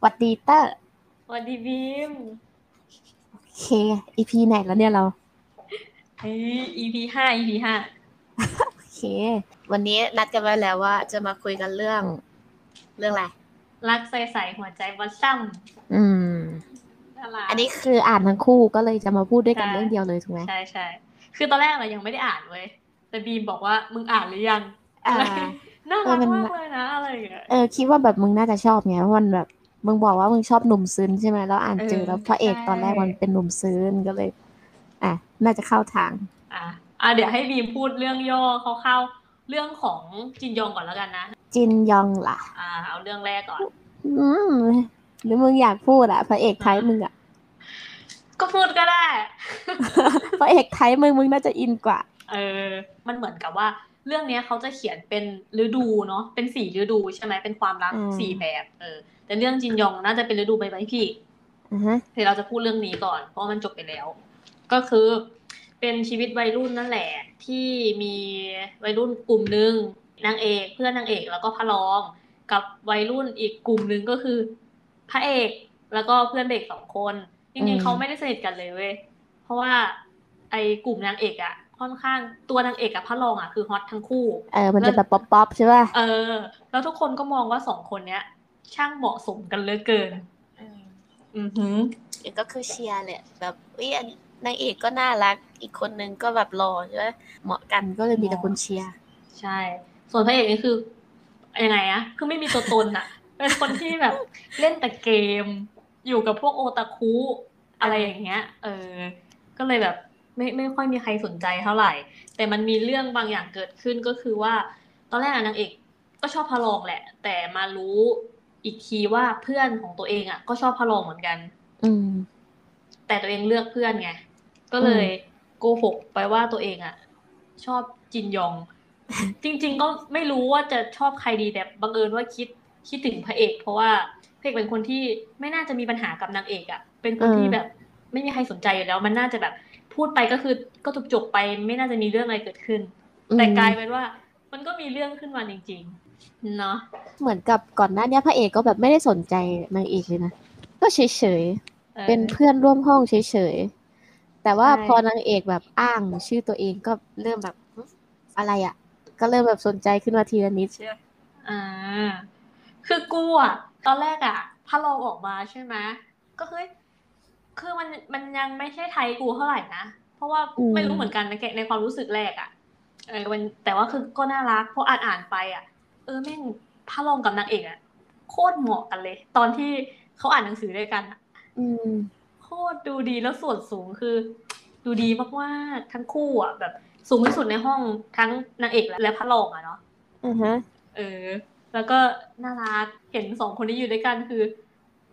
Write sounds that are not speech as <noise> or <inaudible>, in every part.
หวัดดีเตอร์ สวัสดีบีม โอเค อีพีไหนแล้วเนี่ยเรา เฮ้ย EP ห้า EP ห้า โอเค วันนี้นัดกันไว้แล้วว่าจะมาคุยกันเรื่อง เรื่องอะไร รักใส่ใส่หัวใจบอสซัม อืม น่ารัก อันนี้คืออ่านทั้งคู่ก็เลยจะมาพูดด้วยกัน ใช่ เรื่องเดียวเลยถูกไหม ใช่ใช่คือตอนแรกเรายังไม่ได้อ่านเว้ย แต่บีมบอกว่ามึงอ่านหรือยัง อ่า น่าเอรักอมัน มากเลยนะอะไรอย่างเงี้ย เออ คิดว่าแบบมึงน่าจะชอบไงเพราะมันแบบ มึงบอกว่ามึงชอบหนุ่มซึนใช่ไหมแล้วอ่านเจอ เออ แล้วพระเอก ใช่ ตอนแรกมันเป็นหนุ่มซึนก็เลย อ่ะ น่าจะเข้าทาง อ่ะอ่ะเดี๋ยวให้บีมพูดเรื่องย่อคร่าวๆเรื่องของจินยองก่อนแล้วกันนะ จินยองล่ะ อ่า เอาเรื่องแรกก่อน อืม หรือมึงอยากพูดอะพระเอกไทยมึงอะ ก็พูดก็ได้ พระเอกไทยมึงมึงน่าจะอินกว่า เออ มันเหมือนกับว่า เรื่องเนี้ยเขาจะเขียนเป็นฤดูเนาะ เป็นสี่ฤดูใช่ไหมเป็นความรัก อืม สี่แบบ เออ แต่เรื่องจินยองน่าจะเป็นฤดูใบไม้ผลิ อ่าฮะ เดี๋ยวเราจะพูดเรื่องนี้ก่อน เพราะว่ามันจบไปแล้ว ก็คือเป็นชีวิตวัยรุ่นนั่นแหละ ที่มีวัยรุ่นกลุ่มหนึ่งนางเอกเพื่อนนางเอกแล้วก็พระรอง กับวัยรุ่นอีกกลุ่มหนึ่งก็คือพระเอกแล้วก็เพื่อนเด็กสองคนจ อื ริ ม งๆเขาไม่ได้สนิทกันเลยเว้ยเพราะว่าไอ้กลุ่มนางเอกอะค่อนข้างตัวนางเอกกับพระรองอะคือฮอตทั้งคู่ เออ มันจะแบบป๊อปป๊อปๆใช่ป่ะ เออ แล้วทุกคนก็มองว่าสองคนเนี้ย ช่างเหมาะสมกันเหลือเกิน อือหือ เอกก็คือเชียร์แหละแบบอุ้ยอันนางเอกก็น่ารัก อีกคนนึงก็แบบรอใช่ไหมเหมาะกั กัน นก็เลยมีแต่คนเชียร์ ใช่ ส่วนพระเอกนี่คือยังไงอะคือไม่มีตัวตนอะ <laughs> เป็นคนที่แบบเล่นแต่เกม อยู่กับพวกโอตาคุอะไรอย่างเงี้ย เออ ก็เลยแบบไม่ไม่ค่อยมีใครสนใจเท่าไหร่ แต่มันมีเรื่องบางอย่างเกิดขึ้นก็คือว่า ตอนแรกอะนางเอกก็ชอบพระรองแหละ แต่มารู้อีกทีว่าเพื่อนของตัวเองอะก็ชอบพระรองเหมือนกัน อืม แต่ตัวเองเลือกเพื่อนไง ก็เลยโกหกไปว่าตัวเองอะชอบจินย <laughs> อง จริง ๆ ก็ไม่รู้ว่าจะชอบใครดีแต่บังเอิญว่าคิดคิดถึงพระเอก เพราะว่าพระเอกเป็นคนที่ไม่น่าจะมีปัญหากับนางเอกอะเป็นคน อืม ที่แบบไม่มีใครสนใจอยู่แล้ว มันน่าจะแบบพูดไปก็คือก็จบจบๆไป ไม่น่าจะมีเรื่องอะไรเกิดขึ้น แต่กลายเป็นว่า มันก็มีเรื่องขึ้นมาจริง ๆ เนาะ เหมือนกับก่อนหน้าเนี้ยพระเอกก็แบบไม่ได้สนใจนางเอกเลยนะ ก็เฉย อ ๆ อ เป็นเพื่อนร่วมห้องเฉยๆ แต่ว่า ใช่ พอนางเอกแบบอ้างชื่อตัวเองก็เริ่มแบบหึอะไรอ่ะ ก็เริ่มแบบสนใจขึ้นมาทีละนิดใช่ไหม อ่า คือกูอ่ะ ตอนแรกอ่ะ ถ้าลองออกมาใช่ไหมก็เฮ้ย คือมันมันยังไม่ใช่ไทยกูเท่าไหร่นะ เพราะว่าไม่รู้เหมือนกันนะแกในความรู้สึกแรกอ่ะ เออมันแต่ว่าคือก็น่ารักเพราะอ่านอ่านไปอ่ะ เออแม่งพระรองกับนางเอกอ่ะ โคตรเหมาะกันเลย ตอนที่เขาอ่านหนังสือด้วยกันอะ อืม โคตรดูดีแล้วส่วนสูงคือ ดูดีมากๆทั้งคู่อ่ะ แบบสูงที่สุดในห้องทั้งนางเอกและและพระรองอ่ะเนาะ อือฮะ เออ แล้วก็น่ารัก เห็นสองคนนี้อยู่ด้วยกันคือ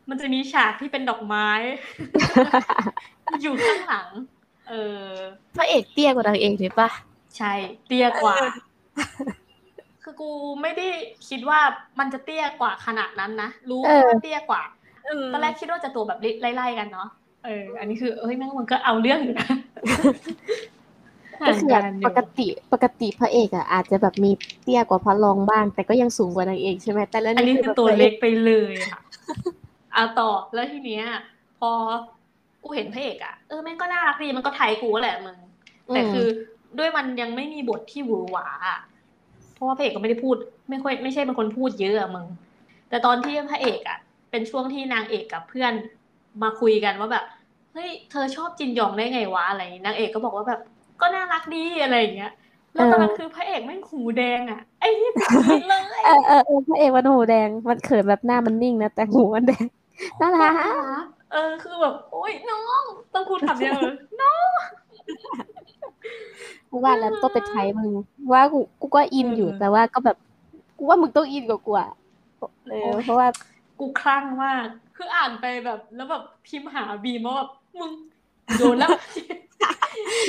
มันจะมีฉากที่เป็นดอกไม้ <laughs> อยู่ข้างหลัง เออ พระเอกเตี้ยกว่านางเอกเลยปะ ใช่ เตี้ยกว่า <laughs> คือกูไม่ได้คิดว่ามันจะเตี้ยกว่าขนาดนั้นนะ รู้ เออ ว่าเตี้ยกว่า ตอนแรกคิดว่าจะตัวแบบไล่ๆกันเนาะ เออ อันนี้คือเอ้ยแม่งมันก็เอาเรื่องอยู่นะ <laughs> ก็คือแบบ ห่างปนยู่ กติปกติพระเอกอ่ะอาจจะแบบมีเตี้ยกว่าพระรองบ้าง แต่ก็ยังสูงกว่านางเอกใช่ไหมแต่ละ อันนี้ นี่ คือตัว แบบ เล็กไปเลยค่ะ เอาต่อแล้วทีเนี้ย พอกูเห็นพระเอกอะเออแม่งก็น่ารักดีมันก็ไทยกูแหละมึง แต่คือด้วยมันยังไม่มีบทที่หวือหวาอะเพราะว่าพระเอกก็ไม่ได้พูด ไม่ค่อยไม่ใช่เป็นคนพูดเยอะอะมึง แต่ตอนที่พระเอกอะเป็นช่วงที่นางเอกกับเพื่อนมาคุยกันว่าแบบเฮ้ยเธอชอบจินยองได้ไงวะอะไรอย่างงี้นางเอกก็บอกว่าแบบก็น่ารักดีอะไรอย่างเงี้ย แล้วตอนนั้นคือพระเอกแม่งหูแดงอะไอ้นี่ผิดเลย เออเออเออพระเอกมันหูแดง มันเขินแบบหน้ามันนิ่งนะแต่หูมันแดงน่ารัก เออ คือแบบ โอ๊ยน้อง ต้องคุณขับยังไงน้อง กูว่าแล้วต้องเป็นไทยมึงว่ากูกูก็อินอยู่ เออ แต่ว่าก็แบบกูว่ามึงต้องอินกว่ากูอะเอ โอ้ อย เพราะว่า กูคลั่งมาก คืออ่านไปแบบ แล้วแบบพิมพ์หาบีมว่าแบบ มึงโดนแล้ว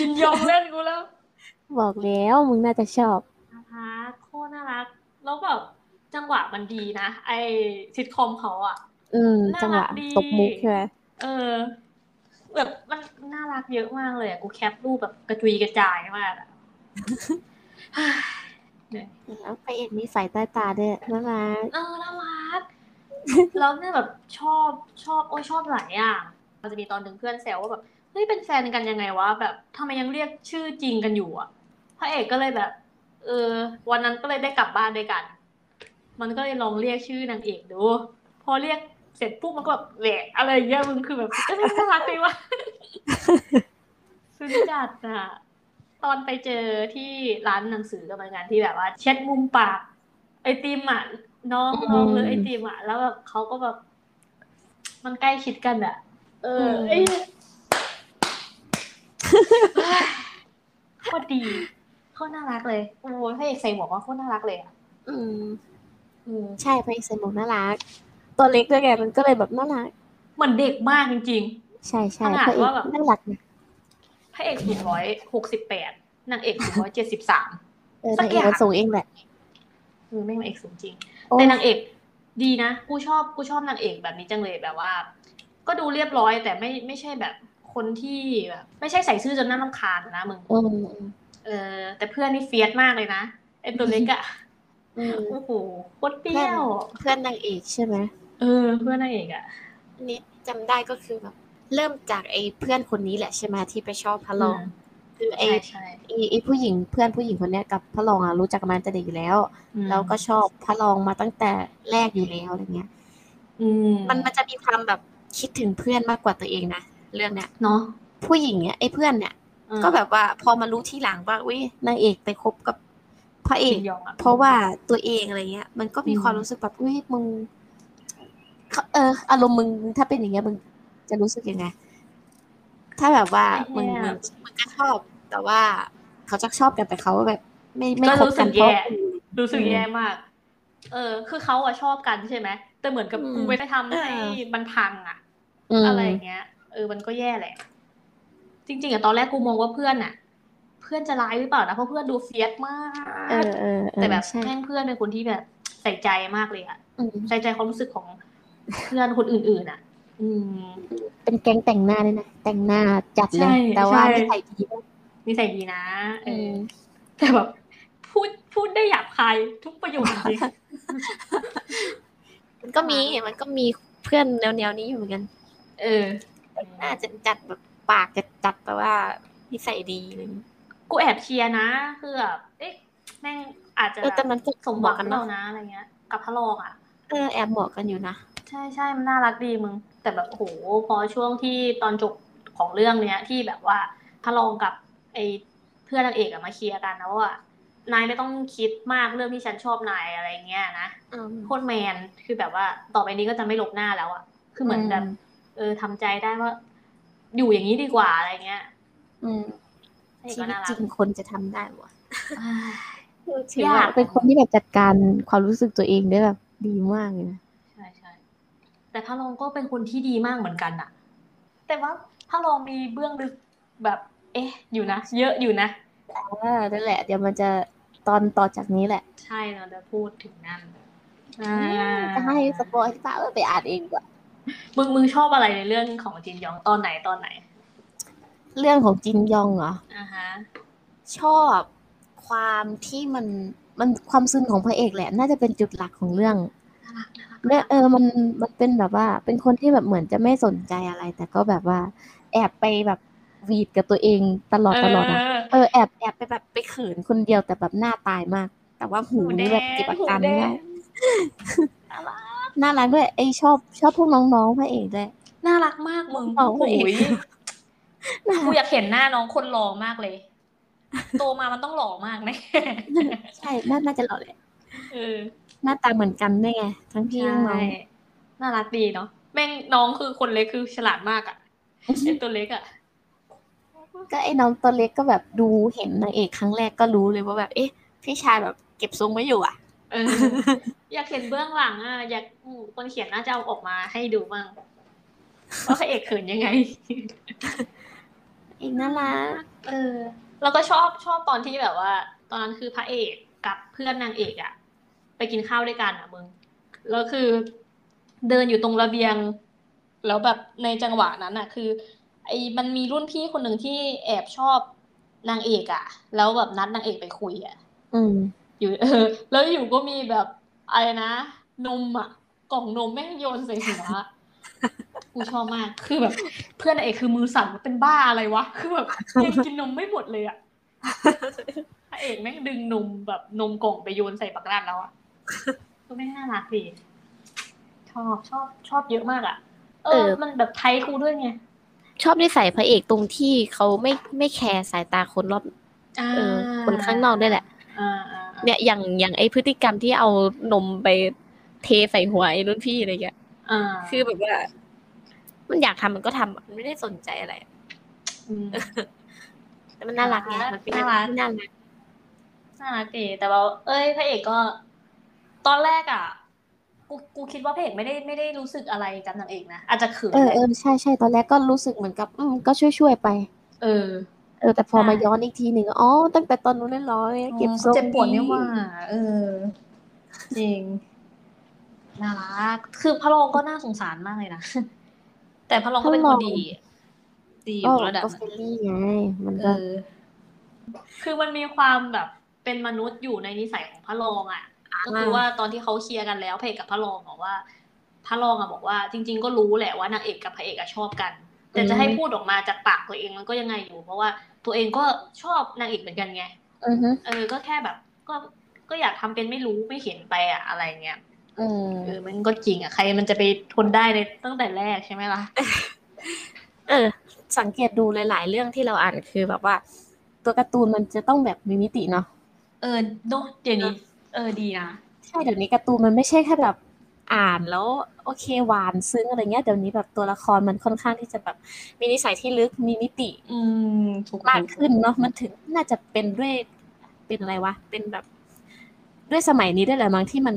ยินยอมเล่นกูแล้ว บอกแล้วมึงน่าจะชอบ น่ารักโคตรน่ารัก แล้วแบบ จังหวะมันดีนะ ไอซิทคอมเขาอ่ะ อืม น่ารัก จังหวะ ดี ตบมุกใช่ไหม เออ แบบมันน่ารักเยอะมากเลยอะกูแคปรูปแบบกระจุยกระจายมากอะ <sighs> แล้วพระเอกมีสายใต้ตาด้วยน่ารัก เออน่ารัก แล้วเนี่ยแบบชอบชอบโอ้ยชอบหลายอย่างมันจะมีตอนหนึ่งเพื่อนแซวว่าแบบเฮ้ยเป็นแฟนกันยังไงวะแบบทำไมยังเรียกชื่อจริงกันอยู่อ่ะพระเอกก็เลยแบบ เออ วันนั้นก็เลยได้กลับบ้านด้วยกัน มันก็เลยลองเรียกชื่อนางเอกดู พอเรียกเสร็จปุ๊บมันก็แบบแหวะอะไรอย่างเงี้ยมึงคือแบบก็ไม่น่ารักเลยวะ สุดจัดอะตอนไปเจอที่ร้านหนังสือกำลังงานที่แบบว่า เช็ดมุมปาก ไอติมอะน้องน้องเลยไอติมอะแล้วแบบเขาก็แบบ มันใกล้ชิดกันอะเออ ม <laughs> เอ้ยโคตรดีโคตรน่ารักเลยโอ้ยพระเอกใส่หมวกว่าโคตรน่ารักเลยอะ อืม อืม ใช่พระเอกใส่หมวกน่ารัก ตัวเล็กด้วยไงมันก็เลยแบบน่ารัก เหมือนเด็กมากจริง ใช่ใช่ ขนาด พระเอก ว่าแบบ น่ารักนะ ๆ พระเอกสูงร้อยหกสิบแปดนางเอกสูงร้อยเจ็ดสิบสาม เออ สั นาก งเอย่อาก ง มันสูงเองแหละ คือแม่งนางเอกสูงจริง โอ้ แต่นางเอกดีนะ กูชอบกูชอบนางเอกแบบนี้จังเลยแบบว่า ก็ดูเรียบร้อยแต่ไม่ไม่ใช่แบบคนที่แบบไม่ใช่ใส่ชื่อจนน่ารำคาญนะมึง อืม เออ แต่เพื่อนนี่เฟียสมากเลยนะไอตัวเล็กอะ อืม โอ้โหโคตรเปรี้ยว เพื่อนนางเอก ใช่ไหม เออ เพื่อนนางเอกอะ นี่จำได้ก็คือแบบเริ่มจากไอ้เพื่อนคนนี้แหละใช่ไหมที่ไปชอบพระรอง คือไอ้ ใช่ใช่ ไอ้ไอ้ผู้หญิงเพื่อนผู้หญิงคนเนี้ยกับพระรองอ่ะรู้จักกันมาตั้งแต่เด็กอยู่แล้ว แล้วก็ชอบพระรองมาตั้งแต่แรกอยู่แล้วอะไรเงี้ย อืม มันมันจะมีความแบบคิดถึงเพื่อนมากกว่าตัวเองนะเรื่องเนี้ย เนาะ ผู้หญิงเนี่ยไอ้เพื่อนเนี่ย เออ ก็แบบว่าพอมารู้ทีหลังว่าอุ้ยนางเอกไปคบกับพระเอ จิ ก นยองอ เพราะว่าตัวเองอะไรเงี้ย มันก็มี อืม ความรู้สึกแบบอุ้ยมึง เขาเอออารมณ์มึงถ้าเป็นอย่างเงี้ยมึงจะรู้สึกยังไง ถ้าแบบว่า ไอ้เหี้ มึง ย มึงมึงก็ชอบ แต่ว่าเขาจะชอบกันแต่เขาแบบ ไม่ไม่ ก็ ค รู้ บ สึ กั ก นเพแย่ราะ รู้สึกแย่มาก เออ คือเขาอะชอบกันใช่ไหม แต่เหมือนกับ อืม กูไปทำให้ เออ มันพังอะ อืม อะไรอย่างเงี้ย เออ มันก็แย่แหละ จริง ๆอะตอนแรกกูมองว่าเพื่อนอะเพื่อนจะร้ายหรือเปล่านะ เพราะเพื่อนดูเฟียสมาก เออเออเออ แต่แบบ ใช่ แม่งเพื่อนเป็นคนที่แบบใส่ใจมากเลยอะ อืม ใส่ใจความรู้สึกของเพื่อนคนอื่นๆอะอืม เป็นแก๊งแต่งหน้าด้วยนะแต่งหน้าจัดเล ใช่ ย แต่ว่า ใช่ ไม่ใส่ดีมาก นิสัยดีนะเอ อื อ ม แต่แบบพูดพูดได้หยาบคายทุกประโยคจริง มันก็มีมันก็มีเพื่อนแนวๆนี้อยู่เหมือนกัน เออ น่าจะจัดแบบปากจะจัดแบบว่านิสัยดีอะไรอย่างเงี้ย กูแอบเชียร์นะคือแบบเอ๊ะแม่งอาจจะ เออแต่มันก็ สมหวังกันเปล่านะอะไรเงี้ย กับพระรองอ่ะ เออแอบเหมาะกันอยู่นะ ใช่ใช่มันน่ารักดีมึง แต่แบบโอ้โหพอช่วงที่ตอนจบของเรื่องเนี้ย ที่แบบว่าพระรองกับไอ้เพื่อนนางเอกอะมาเคลียร์กันนะว่านายไม่ต้องคิดมากเรื่องที่ฉันชอบนายอะไรเงี้ยนะ อืม โคตรแมนคือแบบว่าต่อไปนี้ก็จะไม่ลบหน้าแล้วอะคือเหมือนแบบ อืม เออทำใจได้ว่า อยู่อย่างนี้ดีกว่าอะไรเงี้ย อืม ไอ้ ชี ก็ วิต น่ารั จริ ก งคนจะทำได้วะ เอ้ย ถือว่าเป็นคนที่แบบจัดการความรู้สึกตัวเองได้แบบดีมากเลยนะ ใช่ใช่แต่พระรองก็เป็นคนที่ดีมากเหมือนกันอะแต่ว่าพระรองมีเบื้องลึกแบบ เอ๊ะ อยู่นะ เยอะอยู่นะ อ่านั่นแหละ เดี๋ยวมันจะตอนต่อจากนี้แหละ ใช่เราจะพูดถึงนั่นอ่า จะให้สปอยล์ที่ป้าไปอ่านเองดีกว่า มึงมึงชอบอะไรในเรื่องของจินยองตอนไหนตอนไหน เรื่องของจินยองเหรอ อ่าฮะ ชอบความที่มันมันความซึนของพระเอกแหละ น่าจะเป็นจุดหลักของเรื่องเนี่ยเออมันมันเป็นแบบว่า เป็นคนที่แบบเหมือนจะไม่สนใจอะไร แต่ก็แบบว่า แอบไปแบบหวีดกับตัวเองตลอดตลอดนะเออแอบแอบไปแบบไปเขินคนเดียวแต่แบบหน้าตายมาก แต่ว่าหูนี่แบบเก็บอาการไม่ได้ น่ารักด้วยไอยชอบชอบพวกน้องๆพระเอกด้วย น่ารักมากมึง บอกพระเอก โยกูอยากเห็นหน้าน้องคนหล่อมากเลย โตมามันต้องหล่อมากแน่ ใช่น่าน่าจะหล่อแหละ เออ หน้าตาเหมือนกันด้วยไงทั้งพี่ทั้งน้อง ใช่น่ารักดีเนาะแม่งน้องคือคนเล็กคือฉลาดมากอะ่ะ ไอตัวเล็กอะ่ะ ก็ไอ้น้องตัวเล็กก็แบบดูเห็นนางเอกครั้งแรกก็รู้เลยว่าแบบเอ๊ะพี่ชายแบบเก็บทรงไว้อยู่อ่ะ เออ อยากเห็นเบื้องหลังอะ่ะ อยากอู้คนเขียนน่าจะเอาออกมาให้ดูบ้างว่าพระเอกเขินยังไง อีกน่ารัก เออ แล้วก็ชอบชอบตอนที่แบบว่า ตอนนั้นคือพระเอกกับเพื่อนนางเอกอะ่ะ ไปกินข้าวด้วยกันอะ่ะมึงแล้วคือ เดินอยู่ตรงระเบียง แล้วแบบในจังหวะนั้นอะ่ะ คือ ไอ้มันมีรุ่นพี่คนหนึ่งที่แอบชอบนางเอกอะ่ะ แล้วแบบนัดนางเอกไปคุยอะ่ะ <laughs> อืม อยู่ เออ แล้วอยู่ก็มีแบบอะไรนะนมอะ่ะ กล่องนมแม่งโยนใส่หัวกูชอบมาก คือแบบ เพื่อนนางเอกคือมือสั่นว่าเป็นบ้าอะไรวะ คือแบบยังกินนมไม่หมดเลยอะพระเอกแม่งดึงนมแบบนมกล่องไปโยนใส่ปากกาดแล้วอะก็ไม่งน่ารักดีชอบชอบชอบเยอะมากอะเออ เออ มันแบบไทยกูด้วยไง ชอบนิสัยพระเอกตรงที่เขาไม่ไม่แคร์สายตาคนรอบเออคนข้างนอกด้วยแหละ อ่าอ่าอ่า เนี่ยอย่างอย่างไอพฤติกรรมที่เอานมไปเทใส่หัวไอ้รุ่นพี่อะไรเงี้ย อ่า คือแบบว่า มันอยากทำมันก็ทำมันไม่ได้สนใจอะไร ม แต่มันน่ารักไงมันเป็นอะไรที่น่ารัก น่ารักดีแต่ว่า เอ้ยพระเอกก็ ตอนแรกอ่ะ กูกูคิดว่าพระเอกไม่ได้ไม่ได้รู้สึกอะไรกับนางเอกนะอาจจะเขิน เออเออใช่ใช่ตอนแรกก็รู้สึกเหมือนกับ อืมก็ช่วยช่วยๆไป เออ เออแต่พอ ใช่ มาย้อนอีกทีหนึ่งอ๋อตั้งแต่ตอนนู้นเล่นร้อยเก็บทรง เจ็บปวดเนี่ยว่า เออ จริงน่ารักคือพระรองก็น่าสงสารมากเลยนะ <laughs> แต่พระรองก็เป็นคนดี ดีอ อ๋อยู่ ระดับ ก็ ห เฟ นึ่ง รนลี่ไงมัน เอ ก็ อ คือมันมีความแบบเป็นมนุษย์อยู่ในนิสัยของพระรองอ่ะ ก็คือว่าตอนที่เขาเคลียร์กันแล้วพระเอกกับพระรองบอกว่าพระรองอ่ะบอกว่า จริง ๆ ก็รู้แหละว่านางเอกกับพระเอกอะชอบกัน แต่จะให้พูดออกมาจากปากตัวเองมันก็ยังไงอยู่ เพราะว่าตัวเองก็ชอบนางเอกเหมือนกันไง อือฮึ เออ ก็แค่แบบ ก็ก็อยากทำเป็นไม่รู้ไม่เห็นไปอะอะไรเงี้ย อืม เออ มันก็จริงอะใครมันจะไปทนได้ในตั้งแต่แรกใช่ไหมล่ะ เออ สังเกตดูหลาย ๆ เรื่องที่เราอ่านคือแบบว่า ตัวการ์ตูนมันจะต้องแบบมีมิติเนาะ เออเนอะเดี๋ยวนี้ เออ ดีนะ ใช่เดี๋ยวนี้การ์ตูนมันไม่ใช่แค่แบบอ่านแล้วโอเคหวานซึ้งอะไรเงี้ยเดี๋ยวนี้แบบตัวละครมันค่อนข้างที่จะแบบมีนิสัยที่ลึกมีมิติ อืม ถูก มากขึ้นเนาะมันถึงน่าจะเป็นด้วยเป็นอะไรวะเป็นแบบด้วยสมัยนี้ด้วยแหละมั้งที่มัน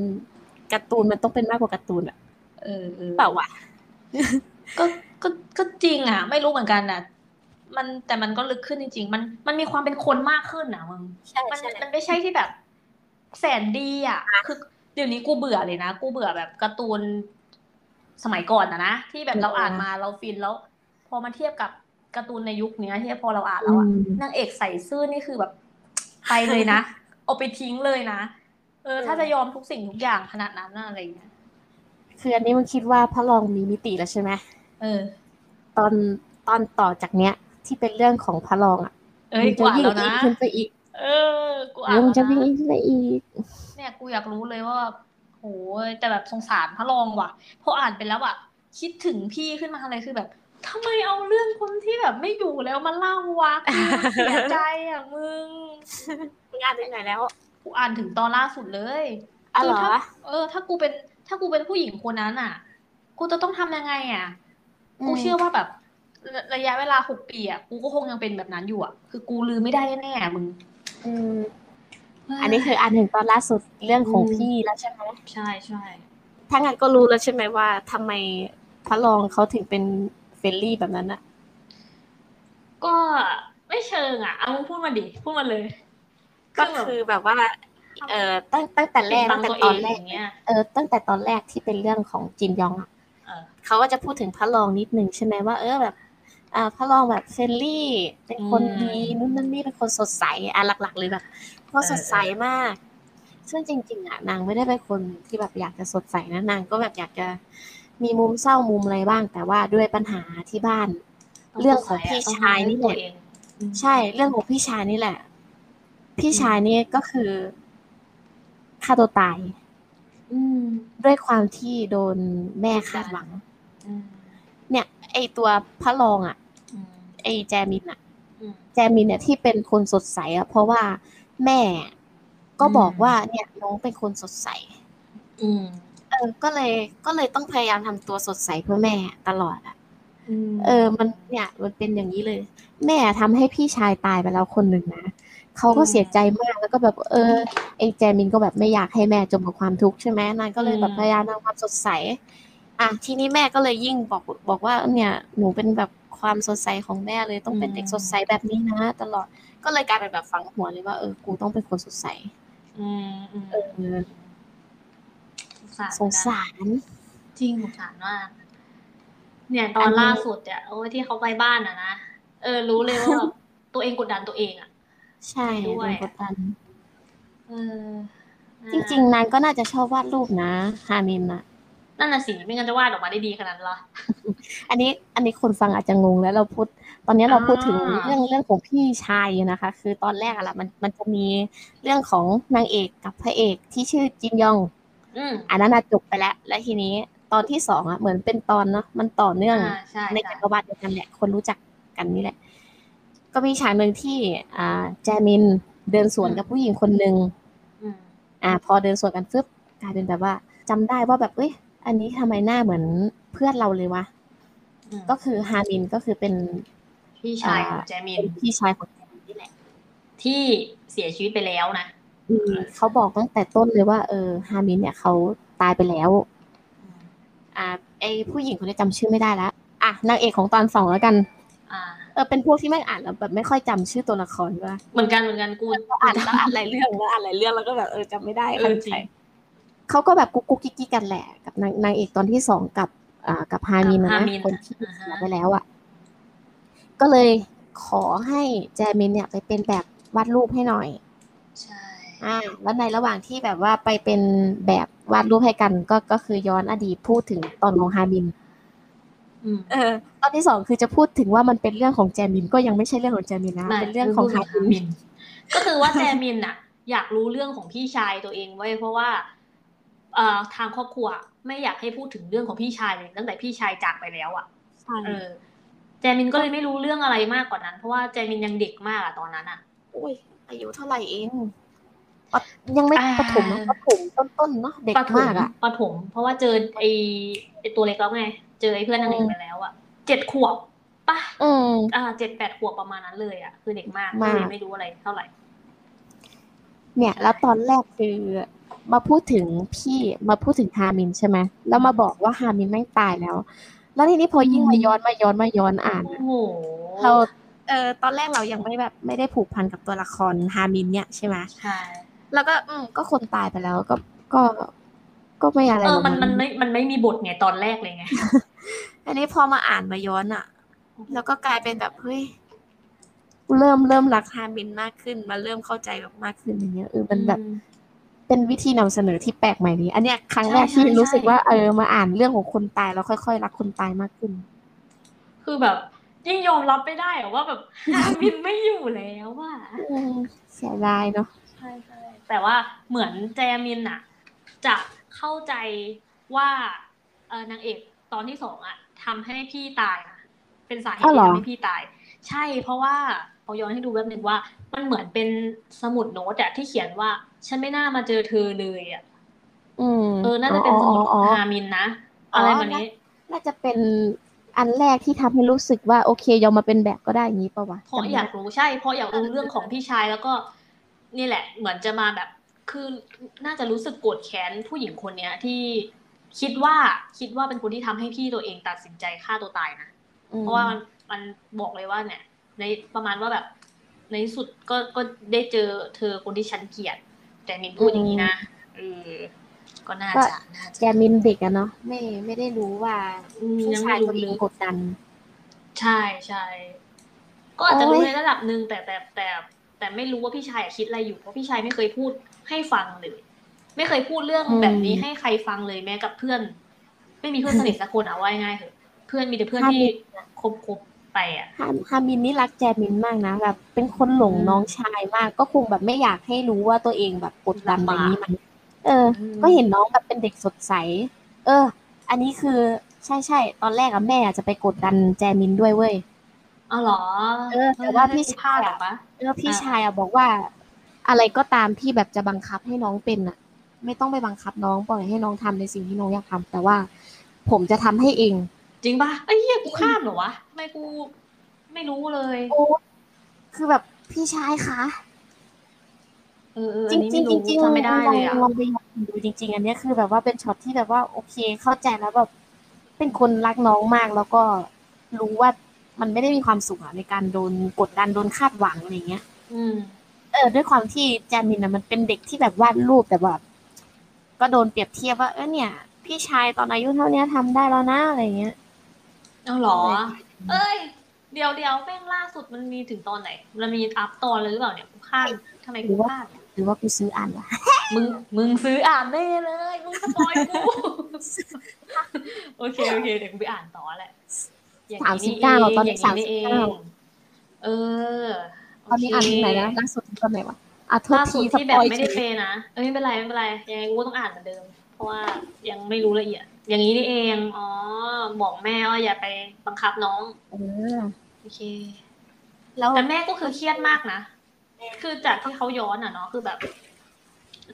การ์ตูนมันต้องเป็นมากกว่าการ์ตูนอะ เออเออ เปล่าวะ ก็ก็ก็จริงอ่ะ ไม่รู้เหมือนกันนะมันแต่มันก็ลึกขึ้นจริง ๆ มันมันมีความเป็นคนมากขึ้นนะมึง ใช่ มัน ใช่ มันไม่ใช่ที่แบบ แสนดีอ่ะคือเดี๋ยวนี้กูเบื่อเลยนะกูเบื่อแบบการ์ตูนสมัยก่อนนะนะที่แบบเราอ่านมาเราฟินแล้ว พอมาเทียบกับการ์ตูนในยุคเนี้ยที่พอเราอ่านแล้วอ่ะนางเอกใส่ซื่อนี่คือแบบ ไปเลย <laughs> นะ เอาไปทิ้งเลยนะเออ ถ้าจะยอมทุกสิ่งทุกอย่างขนาดนั้นน่ะอะไรอย่างเงี้ย คืออันนี้มันคิดว่าพระรองมีมิติแล้วใช่ไหม เออ ตอนตอนต่อจากเนี้ย ที่เป็นเรื่องของพระรองอ่ะ เอ้ย มัจะกว่า ยิ่ง แล้ว อิ นะ นขึ้นไปอีก เออ กู เอ อ่าอนแล้ว มัน นะ จะยิ่งอินขึ้นไปอีก เนี่ยกูอยากรู้เลยว่าโอ้ยแต่แบบสงสารพระรองว่ะ พออ่านไปแล้วอ่ะ คิดถึงพี่ขึ้นมาเลยคือแบบทำไมเอาเรื่องคนที่แบบไม่อยู่แล้วมาเล่าวะกูเสียใจอ่ะมึง มึงอ่านถึงไหนแล้ว กูอ่านถึงตอนล่าสุดเลย อ๋อเหรอ คืถ้าเออ ถ้ากูเป็น ถ้ากูเป็นผู้หญิงคนนั้นอ่ะ กูจะต้องทำยังไงอ่ะ กูเชื่อว่าแบบระระยะเวลาหกปีอ่ะ กูก็คงยังเป็นแบบนั้นอยู่อ่ะ คือกูลืมไม่ได้แน่ๆมึง อืมอันนี้คืออ่านถึงตอนล่าสุดเรื่องของ อืม พี่แล้วใช่ไหม ใช่ใช่ ถ้างั้นก็รู้แล้วใช่ไหมว่าทำไมพระรองเขาถึงเป็นเฟรนลี่แบบนั้นอะ ก็ไม่เชิงอ่ะ เอามึงพูดมาดิ พูดมาเลย ก็คือแบบว่า เออตั้งตั้งแต่แร ปิด ก บั ตั้งงแต่ ตัว ต เอ อน ง แร อก ย่างเงี้ย เออตั้งแต่ตอนแรกที่เป็นเรื่องของจินยองอะ เออ เขาก็จะพูดถึงพระรองนิดหนึ่งใช่ไหมว่า เออแบบ อ่าพระรองแบบเฟรนลี่ เป็นคน อืม ดีนู่นนั่นนี่เป็นคนสดใสอ่ะหลัก ๆ เลยแบบก็สดใสมาก ซึ่งจริง ๆ อ่ะนางไม่ได้เป็นคนที่แบบอยากจะสดใสนะนางก็แบบอยากจะมีมุมเศร้ามุมอะไรบ้าง แต่ว่าด้วยปัญหาที่บ้าน ต้อง เรื่องของพี่ ต้อง ชายนี่แห ตัว ละ เอง ใช่ เรื่องของพี่ชายนี่แหละ พี่ชายนี่ก็คือฆ่าตัวตาย อืม ด้วยความที่โดนแม่คาดหวัง อืม เนี่ยไอตัวพระรองอ่ะ อืม ไอแจมินอะ อืม แจมินเนี่ยที่เป็นคนสดใสอะเพราะว่าแม่ก็บอก อืม ว่าเนี่ยน้องเป็นคนสดใส อืม เออ ก็เลยก็เลยต้องพยายามทำตัวสดใสเพื่อแม่ตลอดอะ อืม เออ มันเนี่ยมันเป็นอย่างนี้เลย แม่ทำให้พี่ชายตายไปแล้วคนหนึ่งนะเขาก็เสียใจมากแล้วก็แบบ เออไอแจมินก็แบบไม่อยากให้แม่จมกับความทุกข์ใช่ไหมนางก็เลยแบบพยายามทำความสดใส อ่ะทีนี้แม่ก็เลยยิ่งบอกบอกว่าเนี่ยหนูเป็นแบบความสดใสของแม่เลยต้องเป็นเด็กสดใสแบบนี้นะ ตลอดก็เลยกลายเป็นแบบฝังหัวเลยว่าเออกูต้องเป็นคนสดใส อืมอืม เออ สง นะ สาร จริงสงสารมากเนี่ยตอนล่าสุดอ่ะโอ้ยที่เขาไปบ้านอ่ะนะเออ รู้เลยว่าแบบตัวเองกดดันตัวเองอ่ะ ใช่โด ด้วย นกดดัน เออ จริง ๆนางก็น่าจะชอบวาดรูปนะฮามินอะ ๆ นั่นน่ะสิไม่งั้นจะวาดออกมาได้ดีขนาดนั้นเหรอ อันนี้อันนี้คนฟังอาจจะงงแล้วเราพูด ตอนนี้เราพูดถึง อ่า เรื่องเรื่องของพี่ชายอยู่นะคะ คือตอนแรกอะล่ะมันมันจะมีเรื่องของนางเอกกับพระเอกที่ชื่อจินยอง อืม อันนั้นอะจบไปแล้ว และทีนี้ตอนที่สองอะเหมือนเป็นตอนเนาะมันต่อเนื่อง อ่าใช่ ในจั ใช่ กรวาลเดียวกันแหละ คนรู้จักกันนี่แหละ ก็มีฉากหนึ่งที่ อ่า แจมินเดินสวนกับผู้หญิงคนหนึ่ง อืม อ่า พอเดินสวนกันฟึบกลายเป็นแบบว่าจำได้ว่าแบบเอ้ยอันนี้ทำไมหน้าเหมือนเพื่อนเราเลยวะ อืม ก็คือฮามินก็คือเป็น พี่ชายของแจมิ เป็นนพี่ชายของแจมินนี่แหละ ที่เสียชีวิตไปแล้วนะ อืมเขาบอกตั้งแต่ต้นเลยว่า เออฮามินเนี่ยเขาตายไปแล้ว อ่า ไอผู้หญิงคนนี้จำชื่อไม่ได้ละอ่ะนางเอกของตอนสองแล้วกัน อ่า เออเป็นพวกที่ไม่งอ่านแล้วแบบไม่ค่อยจำชื่อตัวละครว่า เหมือนกันเหมือนกันกู เราอ่านเราอ่านหลายเรื่องเราอ่านหลายเรื่องแล้วก็แบบเออจำไม่ได้ เอ ใคร อใคจริ รง เขาก็แบบกุ๊กกุ๊กกิ๊กกิ๊กกันแหละกับนางนางเอกตอนที่สองกับอ่ากับฮามินนะ ฮา นะ มิน คนที่ อ่าฮะ เสียไปแล้วอ่ะก็เลยขอให้แจมินเนี่ยไปเป็นแบบวาดรูปให้หน่อย ใช่ อ่า แล้วในระหว่างที่แบบว่าไปเป็นแบบวาดรูปให้กัน ก็ก็คือย้อนอดีตพูดถึงตอนของฮามิน อืม เออ ตอนที่สองคือจะพูดถึงว่ามันเป็นเรื่องของแจมินก็ยังไม่ใช่เรื่องของแจมินนะ ไม่ เป็นเรื่องของฮามิน ก็คือว่าแจมินอะอยากรู้เรื่องของพี่ชายตัวเองไว้ยเพราะว่าเอ่อทางครอบครัวไม่อยากให้พูดถึงเรื่องของพี่ชายเลยตั้งแต่พี่ชายจากไปแล้วอะเออ แจมินก็เลยไม่รู้เรื่องอะไรมากกว่านั้น เพราะว่าแจมินยังเด็กมากอะตอนนั้นอะ อุ้ยอายุเท่าไหร่เอง ปะยังไม่ อ่า ประถมนะประถมต้นๆเนาะเด็ก ประถม มากอ่ะ ประถม เพราะว่าเจอไอไอตัวเล็กแล้วไง เจอไอเพื่อนนางเอกไปแล้วอะเจ็ดขวบปะ อืม อ่าเจ็ดแปดขวบประมาณนั้นเลยอะคือเด็กมาก มาก ก็เลยไม่รู้อะไรเท่าไหร่ เนี่ย แล้วตอนแรกคือมาพูดถึงพี่มาพูดถึงฮามินใช่ไหมแล้วมาบอกว่าฮามินไม่งตายแล้ว แล้วทีนี้พอยิ่ง อืม มาย้อนมาย้อนมาย้อนอ่าน โอ้ อะ โห เราเออตอนแรกเรายังไม่แบบไม่ได้ผูกพันกับตัวละครฮามินเนี่ยใช่ไหม ใช่ แล้วก็อืมก็คนตายไปแล้วก็ก็ก็ไม่อะไร เอหอรก มันมันไม่มันไม่มีบทไงตอนแรกเลยไง อันนี้พอมาอ่านมาย้อนอะแล้วก็กลายเป็นแบบเฮ้ย เริ่มเริ่มรัก ฮามินมากขึ้นมาเริ่มเข้าใจแบบมากขึ้ ขึ้ น นอย่างเงี้ยเออมันแบบ เป็นวิธีนำเสนอที่แปลกใหม่ดี อันเนี้ยครั้งแรก ใช่ ที่ ใช่ รู้สึกว่าเออมาอ่านเรื่องของคนตายแล้วค่อยๆ รักคนตายมากขึ้น คือแบบยิ่งยอมรับไม่ได้อะว่าแบบ <laughs> ฮามินไม่อยู่แล้วว่ะ เสียดายเนาะ ใช่ใช่แต่ว่าเหมือนแจมินอะจะเข้าใจว่าเออนางเอกตอนที่สองอะทำให้พี่ตายนะเป็นสาเหตุ อ้าวเหร ที่ อ ทำให้พี่ตาย ใช่เพราะว่าเขาย้อนให้ดูแป๊บหนึ่งว่า มันเหมือนเป็นสมุดโน้ตอะที่เขียนว่า ฉันไม่น่ามาเจอเธอเลยอะ อืม เออน่าจะเป็นสมุด อ๋อ ฮามินนะอะไรแบบนี้ น่าจะเป็นอันแรกที่ทำให้รู้สึกว่าโอเคยอมมาเป็นแบบก็ได้อย่างนี้ปะวะ เพราะ จำ อ ไม่ ยากรู้ใช่ เพราะอยากรู้เรื่องของพี่ชายแล้วก็ นี่แหละ เหมือนจะมาแบบ คือน่าจะรู้สึกโกรธแค้นผู้หญิงคนเนี้ย ที่คิดว่าคิดว่าเป็นคนที่ทำให้พี่ตัวเองตัดสินใจฆ่าตัวตายนะ อืม เพราะว่ามันมันบอกเลยว่าเนี่ย ในประมาณว่าแบบ ในที่สุดก็ก็ได้เจอเธอคนที่ฉันเกลียด แต่มินพูดอย่างนี้นะเออก็น่าจะน่า แก จะ มินเด็กอะเนาะไม่ไม่ได้รู้ว่า อืม พี่ ยัง ชา ไม่ ยตัว รู้ เอ ลึ ง ก กดดัน ใช่ใช่ก็อาจจะรู้ โอ้ย ในระดับหนึ่งแต่แต่แต่แต่ไม่รู้ว่าพี่ชายคิดอะไรอยู่เพราะพี่ชายไม่เคยพูดให้ฟังเลย ไม่เคยพูดเรื่องแบบนี้ให้ใครฟังเลยแม้กับเพื่อน ไม่มีเพื่อนสนิทสักคนเอาไว้ง่ายๆเถอะเพื่อนมีแต่เพื่อนที่คบคบๆไปอ่ะ ฮาฮามินนี่รักแจมินมากนะแบบเป็นคนหลง อืม น้องชายมาก ก็คงแบบไม่อยากให้รู้ว่าตัวเองแบบกดดันอบลำาก ย่างนี้มันเออ อืม ก็เห็นน้องแบบเป็นเด็กสดใส เออ อันนี้คือใช่ใช่ตอนแรกอะแม่อะจะไปกดดันแจมินด้วยเว้ย อ๋อเหรอ เออแต่ว่าพี่ชาย หร อะ อปะ เออพี่ อ่า ชายอะบอกว่า อะไรก็ตามที่แบบจะบังคับให้น้องเป็นอะไม่ต้องไปบังคับน้องปล่อยให้น้องทำในสิ่งที่น้องอยากทำแต่ว่า ผมจะทำให้เอง จริงปะไอ้ยเหี้ยกูข้ามเหรอวะทำไมกู ไม่รู้เลย โอ้คือแบบพี่ชายคะ เออเออ จ อั ริ น ง นี้ ๆจริงๆจไม่รู้ริงๆ จำไม่ได้เลยอ่ะ ลองไปย้อนดูจริง ๆ อันเนี้ยคือแบบว่าเป็นช็อตที่แบบว่าโอเคเข้าใจแล้วแบบเป็นคนรักน้องมากแล้วก็รู้ว่ามันไม่ได้มีความสุขอะในการโดนกดดันโดนคาดหวังอะไรเงี้ย อืม เออด้วยความที่แจมินนะมันเป็นเด็กที่แบบวาดรูปแต่แบบก็โดนเปรียบเทียบว่าเออเนี่ย พี่ชายตอนอายุเท่าเนี้ยทำได้แล้วนะอะไรเงี้ย เอาเหรอ อะไรอย่างเงี้ย เอ้ย เดี๋ยวเดี๋ยวแม่งล่าสุดมันมีถึงตอนไหน มันมีอัพตอนเลยหรือเปล่าเนี่ยกูข้ามทำไมกูข้าม หรือว่ากูซื้ออ่านวะ มึง มึงซื้ออ่านได้เลย มึงสปอยกู ถ้า <laughs> โอเคโอเคเดี๋ยวกูไปอ่านต่อแหละอย่ง สามสิบเก้า อง ตอนนี้ ย่งอง สามสิบเก้า เออ ตอนนี้อ่าน โเค ที่ไหนนะล่าสุดตอนไหนวะอ่ะโทษ ล่าสุ ที ด ส ที่แบ ป บ อย ไม่ เฉ ได้ ย เปย์นะเอ้ยไม่เป็นไรไม่เป็นไรยังไงกูก็ต้องอ่านเหมือนเดิม เพราะว่ายังไม่รู้ละเอียด อย่างนี้นี่เองอ๋อบอกแม่ว่าอย่าไปบังคับน้อง เออ โอเค แล้ว แต่แม่ก็คือเครียดมากนะ คือจากที่เขาย้อนอ่ะเนาะคือแบบ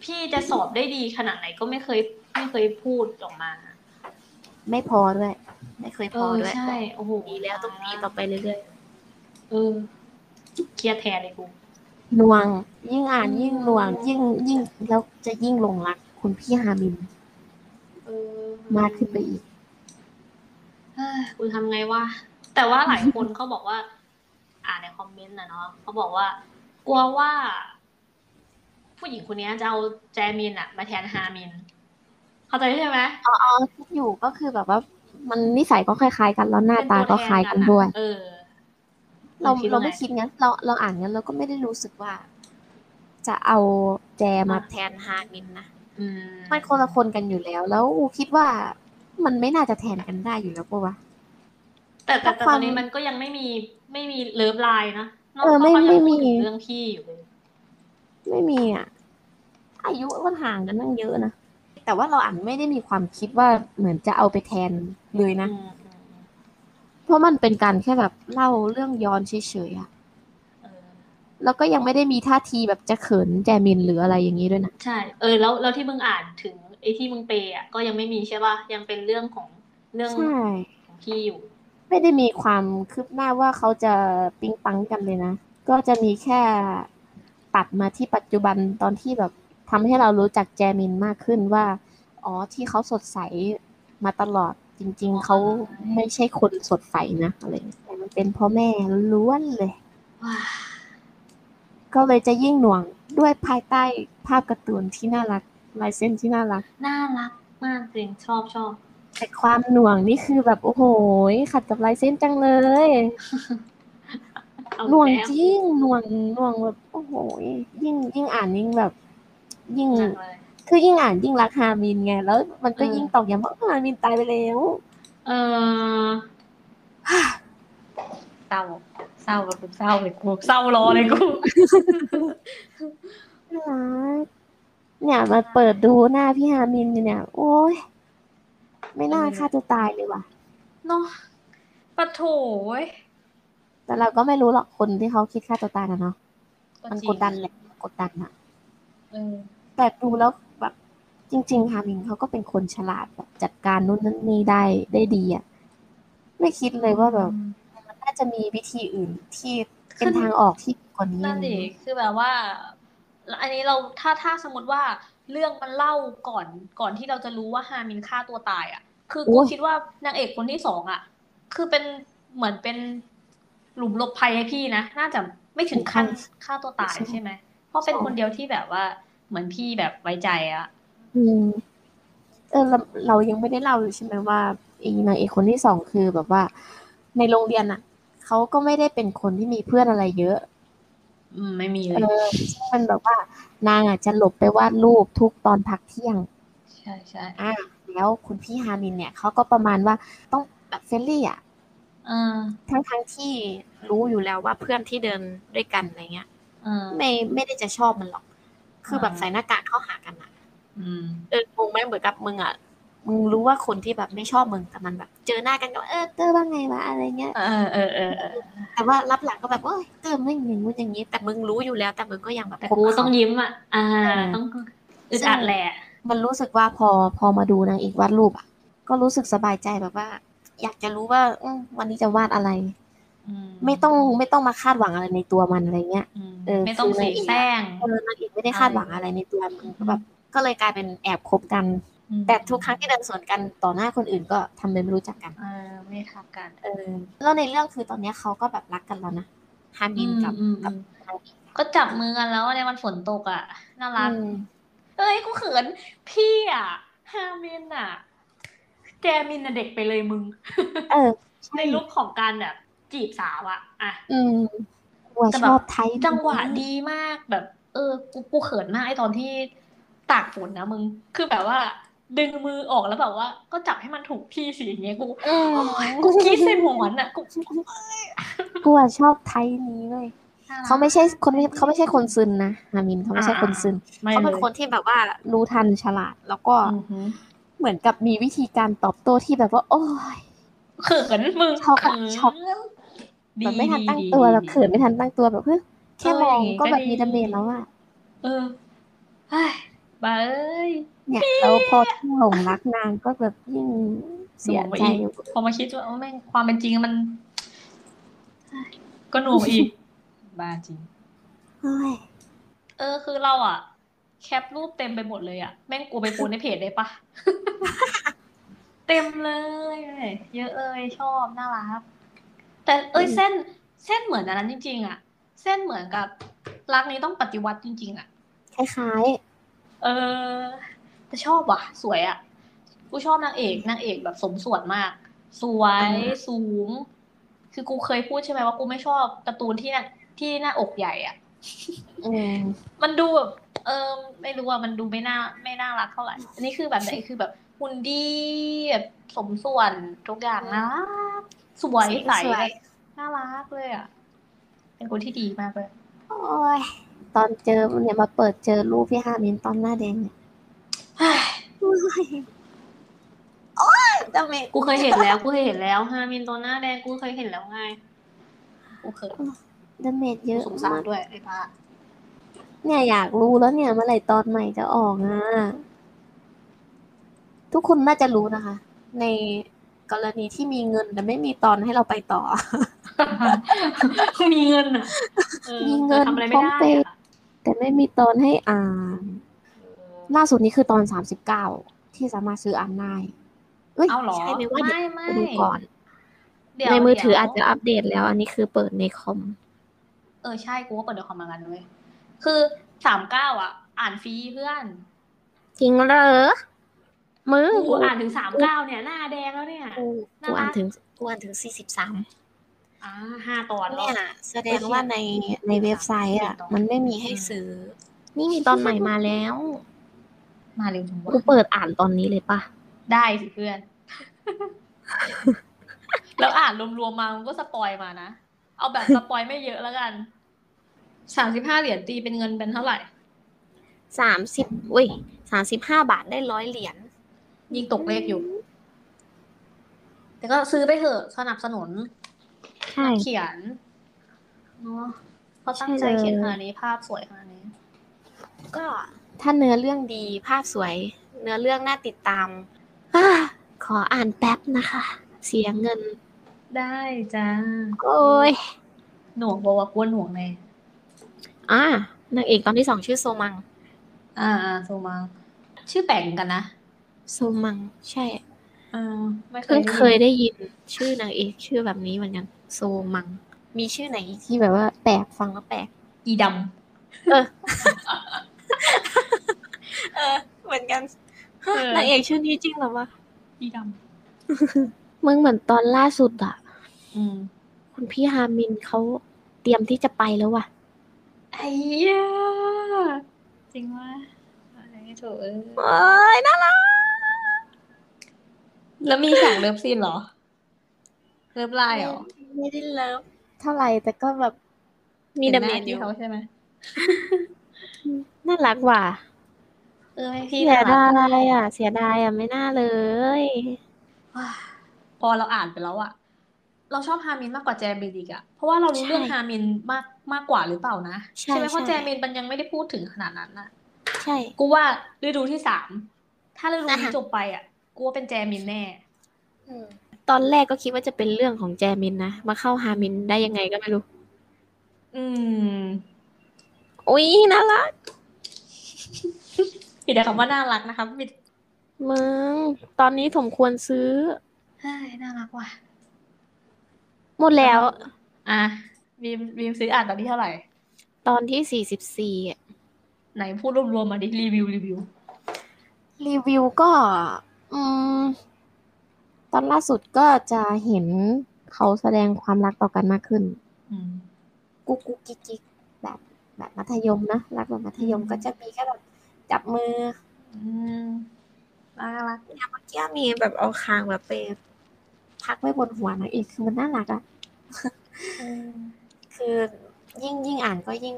พี่จะสอบได้ดีขนาดไหนก็ไม่เคยไม่เคยพูดออกมา ไม่พอด้วย ไม่เคย เอ พอ อ ด้วย ใช่โอ้โห ดีแล้วต้องดีต่อไปเรื่อย เออเครียดแทนเลยกู นวง ยิ่งอ่าน อืม ยิ่งนวง ยิ่งยิ่งแล้วจะยิ่งหลงรักคุณพี่ฮามิน เออ มากขึ้นไปอีก เอ้ยกูทำไงวะแต่ว่าหลายคนเขาบอกว่า อ่านในคอมเมนต์นะเนาะเขาบอกว่า กลัวว่า ผู้หญิงคนเนี้ยจะเอาแจมินอะมาแทนฮามิน เข้าใจใช่ไหม คิดอยู่ก็คือแบบว่า มันนิสัยก็คล้ายๆกันแล้วหน้าตาก็คล้ายกันด้วย เออ เรา คิว่ เราไม่คิดงั้นเราเราอ่านงั้นเราก็ไม่ได้รู้สึกว่า จะเอาแจมา ๆแทนฮามินนะ อืม มันคนละคนกันอยู่แล้ว แล้วอูคิดว่ามันไม่น่าจะแทนกันได้อยู่แล้วปะวะ แต่แต่ เพ แต่ ราะ ต ค อ วาม นนี้มันก็ยังไม่มีไม่มีเลิฟไลน์นะนก เออไม่ จาก ไม่มี พูดถึงเรื่องพี่อยู่เลย ไม่มีอ่ะ อายุมันห่างกันนั่งเยอะนะ แต่ว่าเราอ่านไม่ได้มีความคิดว่าเหมือนจะเอาไปแทนเลยนะ อืมอืม เพราะมันเป็นการแค่แบบเล่าเรื่องย้อนเฉยๆอะ เออ แล้วก็ยังไม่ได้มีท่าทีแบบจะเขินแจมินหรืออะไรอย่างนี้ด้วยนะ ใช่ เออ แล้วแล้วที่มึงอ่านถึงไอ้ที่มึงเปย์อ่ะก็ยังไม่มีใช่ป่ะยังเป็นเรื่องของเรื่อง ใช่ ของพี่อยู่ ไม่ได้มีความคืบหน้าว่าเขาจะปิ๊งปังกันเลยนะ ก็จะมีแค่ตัดมาที่ปัจจุบันตอนที่แบบทำให้เรารู้จักแจมินมากขึ้นว่า อ๋อที่เขาสดใสมาตลอดจริง ๆ เขาไม่ใช่คนสดใสนะอะไรอย่างเงี้ยแต่มันเป็นเพ่อแม่ล้วนเลย ว้า ก็เลยจะยิ่งหน่วงด้วยภายใต้ภาพการ์ตูนที่น่ารักลายเส้นที่น่ารัก น่ารักมากจริงชอบชอบ แต่ความหน่วงนี่คือแบบโอ้โหยขัดกับลายเส้นจังเลย เอา หน่วง อีกแล้ จริงหน่วงหน่วงแบบโอ้โหยยิ่งยิ่งอ่านยิ่งแบบ ยิ่ง หนักเลย คือยิ่งอ่านยิ่งรักฮามินไงแล้ว มันก็ เออ ยิ่งตอกย้ำว่าฮามินตายไปแล้ว เออ เศร้า เศร้าแบบเศร้าเลยกู เศร้ารอเลยกู น่ารักเนี่ยมาเปิดดูหน้าพี่ฮามินอยู่เนี่ย โอ้ยไม่น่าฆ่าตัวตายเลยว่ะ เนาะปะโถเว้ย แต่เราก็ไม่รู้หรอกคนที่เขาคิดฆ่าตัวตายกันเนาะมัน จริง กดดันแหละกดดันอะ เออ แต่ดูแล้วแบบจริง ๆ ฮามินเขาก็เป็นคนฉลาดแบบจัดการนู่นนั่นนี่ได้ได้ดีอะไม่คิดเลยว่าแบบมันน่าจะมีวิธีอื่นที่เป็น คือ ทางออกที่ดีกว่านี้ นั่นดิคือแบบว่า อันนี้เราถ้าถ้าสมมติว่าเรื่องมันเล่าก่อนก่อนที่เราจะรู้ว่าฮามินฆ่าตัวตายอ่ะ คือกูคิดว่านางเอกคนที่สองอ่ะ คือเป็นเหมือนเป็นหลุมหลบภัยให้พี่นะ น่าจะไม่ถึงขั้นฆ่าตัวตายใช่ไหม เพราะเป็นคนเดียวที่แบบว่าเหมือนพี่แบบไว้ใจอ่ะ อืมเออเราเรายังไม่ได้เล่าเลยใช่ไหมว่าอีนางเอกคนที่สองคือแบบว่า ในโรงเรียนอะเขาก็ไม่ได้เป็นคนที่มีเพื่อนอะไรเยอะ อืม ไม่มีเล เอย อมันแบบว่านางอ่ะจะหลบไปวาดรูปทุกตอนพักเที่ยง ใช่ใช่ อ่ะแล้วคุณพี่ฮามินเนี่ยเขาก็ประมาณว่าต้องแบบเฟรนลี่อ่ะ อ่า ทั้งทั้งๆที่รู้อยู่แล้วว่าเพื่อนที่เดินด้วยกันอะไรเงี้ย อ่า ไม่ไม่ได้จะชอบมันหรอก คือแบบ อ่า ใส่หน้ากากเข้าหากันอะ อืม เอองงไหมเหมือนกับมึงอะมึงรู้ว่าคนที่แบบไม่ชอบมึงแต่มันแบบ เจอหน้ากันก็เออเตอร์ว่าไงวะอะไรเงี้ย เออเออเออเออ แต่ว่ารับหลังก็แบบเอ้ยเตอร์ไม่อย่างงู้นอย่างงี้ แต่มึงรู้อยู่แล้ว แต่มึงก็ยังแบบ แต่ คบ กู เขา ต้องยิ้มอ่ะ อ่า อ่า ต้องอึดอัดแหละ มันรู้สึกว่าพอพอมาดูนางเอกวาดรูปอ่ะ ก็รู้สึกสบายใจแบบว่า อยากจะรู้ว่าอืมวันนี้จะวาดอะไร ไม่ต้องไม่ต้องมาคาดหวังอะไรในตัวมันอะไรเงี้ย ม เออ ไม่ต้อง คือละเสีย เอียด แซง เออนางเอกไม่ได้คาดหวังอะไรในตัวมันก็แบบก็เลยกลายเป็นแอบคบกัน อืม แต่ทุกครั้งที่เดินสวนกันต่อหน้าคนอื่นก็ทำเป็นไม่รู้จักกัน เออไม่ทักกัน เออแล้วในเรื่องคือตอนเนี้ยเขาก็แบบรักกันแล้วนะฮามินกับ อืม กับ อืมก็จับมือกันแล้วในวันฝนตกอ่ะ น่ารัก อืม เอ้ยกูเขิน พี่อ่ะฮามินอ่ะ แจมินน่ะเด็กไปเลยมึง เออใช่ ในลุคของการแบบจีบสาวอ่ะอ่ะ อืมหัว แต่ ช แบบ อบไทย จังหวะดีมากแบบ เออ กูกูเขินมากไอตอนที่ตากฝนนะมึง คือแบบว่า ดึงมือออกแล้วแบบว่า ก็จับให้มันถูกที่สิอย่างเงี้ยกู อืม โอ๊ยกูคิดเส้นหัวมันอ่ะกูกู กูอะชอบไทยนี้เลยเขาไม่ใช่คนเขาไม่ใช่คนซึนนะฮามินเขาไม่ใช่คนซึน ไม่ เขา เล เป็น ย คนที่แบบว่า รู้ทันฉลาด แล้วก็ อือหือ เหมือนกับมีวิธีการตอบโต้ที่แบบว่า โอ้ย เขินมึง ช็อกอะ เขิน ช็อก ดี แบบไม่ทันตั้ง ดี ตัว ดี แบบเขินไม่ทันตั้งตัวแบบเฮ้ยแค่มอง เอออย่างงี้ ก็แบบ ก็ดี มีดาเมจแล้วอะ เออเฮ้ยบ้าเอ้ย เนี่ยแล้วพอที่หลงรักนางก็แบบยิ่งเสียใจ หน่วงไปอีก พอมาคิดว่าเอ้าแม่งความเป็นจริงมัน ก็หน่วงอีก บ้าจริง เฮ้ย เออคือเราอ่ะ แคปรูปเต็มไปหมดเลยอ่ะ แม่งกูไปโพสต์ในเพจได้ปะ เต็มเลย เยอะเอ้ยชอบน่ารักแต่เอ้ยเส้นเส้นเหมือนอันนั้นจริง ๆ อ่ะ เส้นเหมือนกับรักนี้ต้องปฏิวัติจริง ๆ อ่ะ คล้าย เออแต่ชอบว่ะ สวยอ่ะ กูชอบนางเอกนางเอกแบบสมส่วนมาก สวยสูง คือกูเคยพูดใช่ไหมว่ากูไม่ชอบการ์ตูนที่หนาที่หน้าอกใหญ่อ่ะ ๆอืม มันดูแบบเออไม่รู้อ่ะมันดูไม่น่าไม่น่ารักเท่าไหร่ อันนี้คือแบบไหนคือแบบหุ่นดีแบบสมส่วนทุกอย่างนะสวยใส สวย น่ารักเลยอ่ะ เป็นคนที่ดีมากเลย โอ้ยตอนเจอเนี่ยมาเปิดเจอรูปพี่ฮามินตอนหน้าแดงเนี่ยโอ้ย ดาเมจ <sighs> กูเคยเห็นแล้ว กูเคยเห็นแล้วฮามินตัวหน้าแดงกูเคยเห็นแล้วไงกูเคย ดาเมจเยอะ สงสาม าร ก ด้วยไอ้ป้า เนี่ยอยากรู้แล้วเนี่ยเมื่อไหร่ตอนใหม่จะออกอ่ะทุกคนน่าจะรู้นะคะ ในกรณีที่มีเงินแต่ไม่มีตอนให้เราไปต่อ <laughs> มีเงินอ่ะเออ มีเงิน ทำอะไรไม่พได้ร้อมเปย์ อะ แต่ไม่มีตอนให้อ่าน ล่าสุดนี้คือตอนสามสิบเก้าที่สามารถซื้ออ่านได้เอ้ย เอาเหรอ ใช่ไหมว่าเดี๋ยว ไม่ไม่ ไปดูก่อน เดี๋ยว ในมือถือ เดี๋ยว อาจจะอัปเดตแล้ว อันนี้คือเปิดในคอม เออใช่กูก็เปิดเดอะคอมเหมือนกันด้วยคือสามเก้าอ่ะ อ่านฟรีเพื่อน จริงเหรอ มือ กูอ่านถึงสามเก้าเนี่ย หน้าแดงแล้วเนี่ย กูอ่านถึง กวนถึงสี่สิบสาม อ่าห้าตอนแล้ว เนี่ยแสดงว่าใน ในเว็บไซต์อ่ะ มันไม่มีให้ ให้ ซื้อ ซื้อ นี่มีตอนใหม่มาแล้ว มาเร็วจัง กู วะ เปิดอ่านตอนนี้เลยป่ะ ได้สิเพื่อน <laughs> แล้วอ่านรวมๆมามันก็สปอยมานะ เอาแบบสปอยไม่เยอะแล้วกันสามสิบห้าเหรียญตีเป็นเงินเป็นเท่าไหร่ สามสิบอุ้ยสามสิบห้าบาทได้ร้อยเหรียญ ยิ่งตกเลขอยู่ แต่ก็ซื้อไปเถอะสนับสนุน ใช่ เขียนเนาะเขาตั้งใจ ใช่เลย เขียนขนาดนี้ภาพสวยขนาดนี้ ก็ ถ้าเนื้อเรื่องดี ดีภาพสวย เนื้อเรื่องน่าติดตามอาขออ่านแป๊บนะคะ เสียเงิน ได้จ้า โอ้ย หน่วงบอกว่ากลัวนหน่วงใน อ่านางเอกตอนที่สองชื่อโซมัง อ่าอ่าโซมา ชื่อแปลกเหมือนกันนะ โซมัง ใช่ อ่าไม่เค เพิ่ ย งเคยได้ยินชื่อนางเอกชื่อแบบนี้เหมือนกัน โซมัง มีชื่อไหนอีก ที่แบบว่าแปลก ฟังแล้วแปลก อีด เออ เหมือนกัน ำเออน างเอกชื่อนี้จริงเหรอวะ อีด มึงเหมือนตอนล่าสุดอ่ะ ำอืม คุณพี่ฮามินเขาเตรียมที่จะไปแล้วว่ะ ไอ้เหี้ยจริงว่าอะไรโถเอ้ย เอ้ยน่ารัก แล้ว <laughs> มีฉากเลิฟซีนเหรอ เลิฟไลน์เหรอ ไม่ได้เลิฟ เท่าไหร่แต่ก็แบบ มี ห็น ดา ห เม น้า จอ พี่ ยู่ เขาใช่ไหม น่ารักว่ะ เออให้พี่ เสีย น่ารัก ดายอ่ะ เสียดายอ่ะ ไม่น่าเลย พอเราอ่านไปแล้วอะเราชอบฮามินมากกว่าแจมินอีกอะเพราะว่าเรารู้ ใช่ เรื่องฮามินมากมากกว่าหรือเปล่านะ ใช่ ไหมเพราะ ใช่ แจมินมันยังไม่ได้พูดถึงขนาดนั้นอะ ใช่ กูว่าฤดูที่สามถ้าฤดู อ่า นี้ ฮะ จบไปอะกูว่าเป็นแจมินแน่ ตอนแรกก็คิดว่าจะเป็นเรื่องของแจมินนะ มาเข้าฮามินได้ยังไงก็ไม่รู้ อืม อุ้ยน่ารัก ผิดแต่คำว่าน่ารักนะคะผิด มึง ตอนนี้สมควรซื้อ เฮ้ยน่ารักว่ะ หมดแล้ว อ่ะบีมบีมซื้ออ่านตอนที่เท่าไหร่ ตอนที่สี่สิบสี่ ไหนพูดรวมๆมาดิรีวิวรีวิว รีวิวก็ อืม ตอนล่าสุดก็จะเห็นเขาแสดงความรักต่อกันมากขึ้น อืม กุ๊กกุ๊กกิ๊กกิ๊กแบบแบบมัธยมนะ รักแบบมัธยม อืม ก็จะมีแค่แบบจับมือ อืม น่ารัก เมื่อกี้มีแบบเอาคางแบบไปพักไว้บนหัวนางเอกคือมันน่ารักอะคือยิ่งยิ่งอ่านก็ยิ่ง